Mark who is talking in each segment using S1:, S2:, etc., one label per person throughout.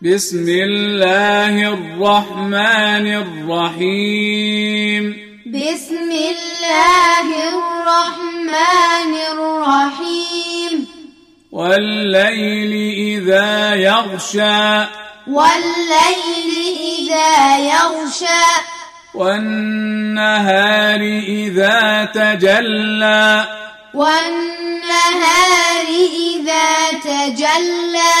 S1: بسم الله الرحمن الرحيم
S2: بسم الله الرحمن الرحيم
S1: والليل إذا يغشى
S2: والليل إذا يغشى
S1: والنهار إذا تجلى
S2: والنهار إذا تجلى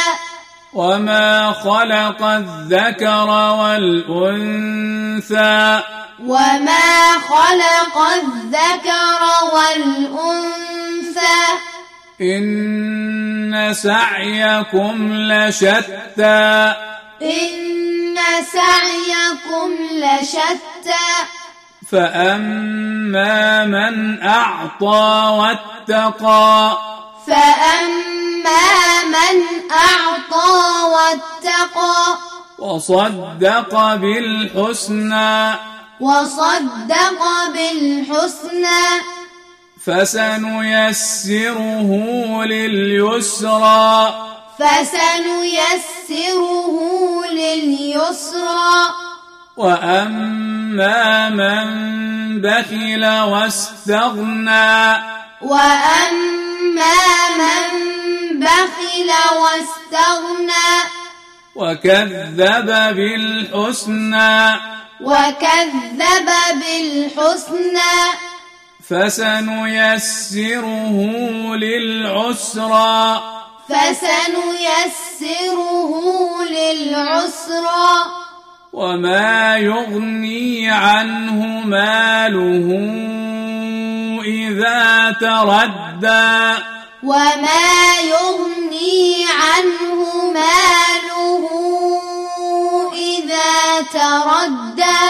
S1: وما خلق الذكر والأنثى
S2: وما خلق الذكر والأنثى
S1: إن سعيكم لشتى
S2: إن سعيكم لشتى
S1: فأما من أعطى واتقى
S2: فأما من أعطى واتقى
S1: وصدق بالحسنى
S2: وصدق بالحسنى
S1: فسنيسره لليسرى
S2: فسنيسره لليسرى
S1: وأما من بخل واستغنى
S2: وأما من بخل واستغنى
S1: وكذب بالحسنى
S2: وكذب بالحسنى
S1: فسنيسره للعسرى
S2: فسنيسره للعسرى
S1: وما يغني عنه ماله إذا تردى
S2: وما يغني عنه ماله إذا تردى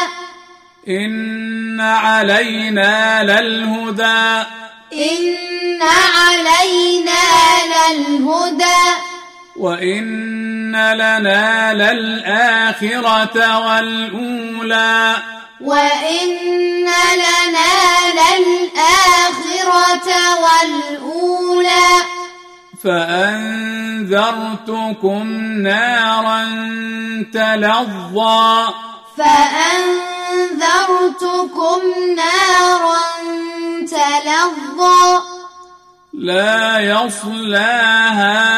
S1: إن علينا للهدى
S2: إن علينا للهدى
S1: وإن لنا للآخرة والأولى
S2: وإن لنا للآخرة والأولى
S1: فأنذرتكم نارا تلظى
S2: فأنذرتكم نارا تلظى
S1: لا يصلاها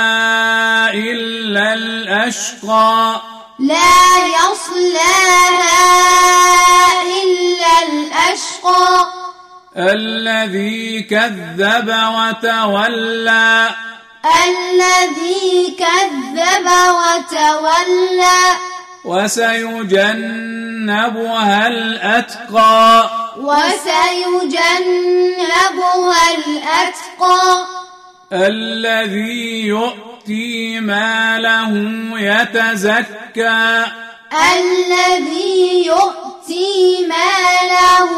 S1: إلا الأشقى
S2: لا يصلاها إلا الأشقى
S1: الذي كذب وتولى
S2: الذي كذب وتولى
S1: وسيجنبها الأتقى
S2: وسيجنبها الأتقى
S1: الذي يؤتي ماله يتزكى
S2: الذي يؤتي ماله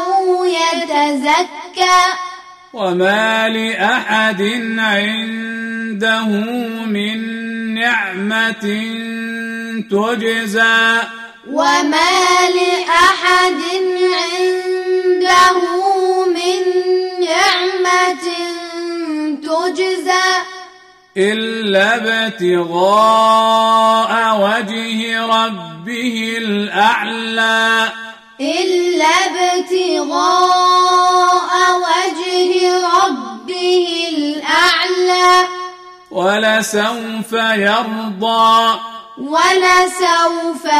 S2: يتزكى
S1: وما لأحد عنده من نعمة تجزى
S2: وما لأحد عنده من نعمة تجزى
S1: إلا ابتغاء وجه ربه الأعلى
S2: إلا ابتغاء وجه ربه الأعلى
S1: ولسوف يرضى
S2: ولسوف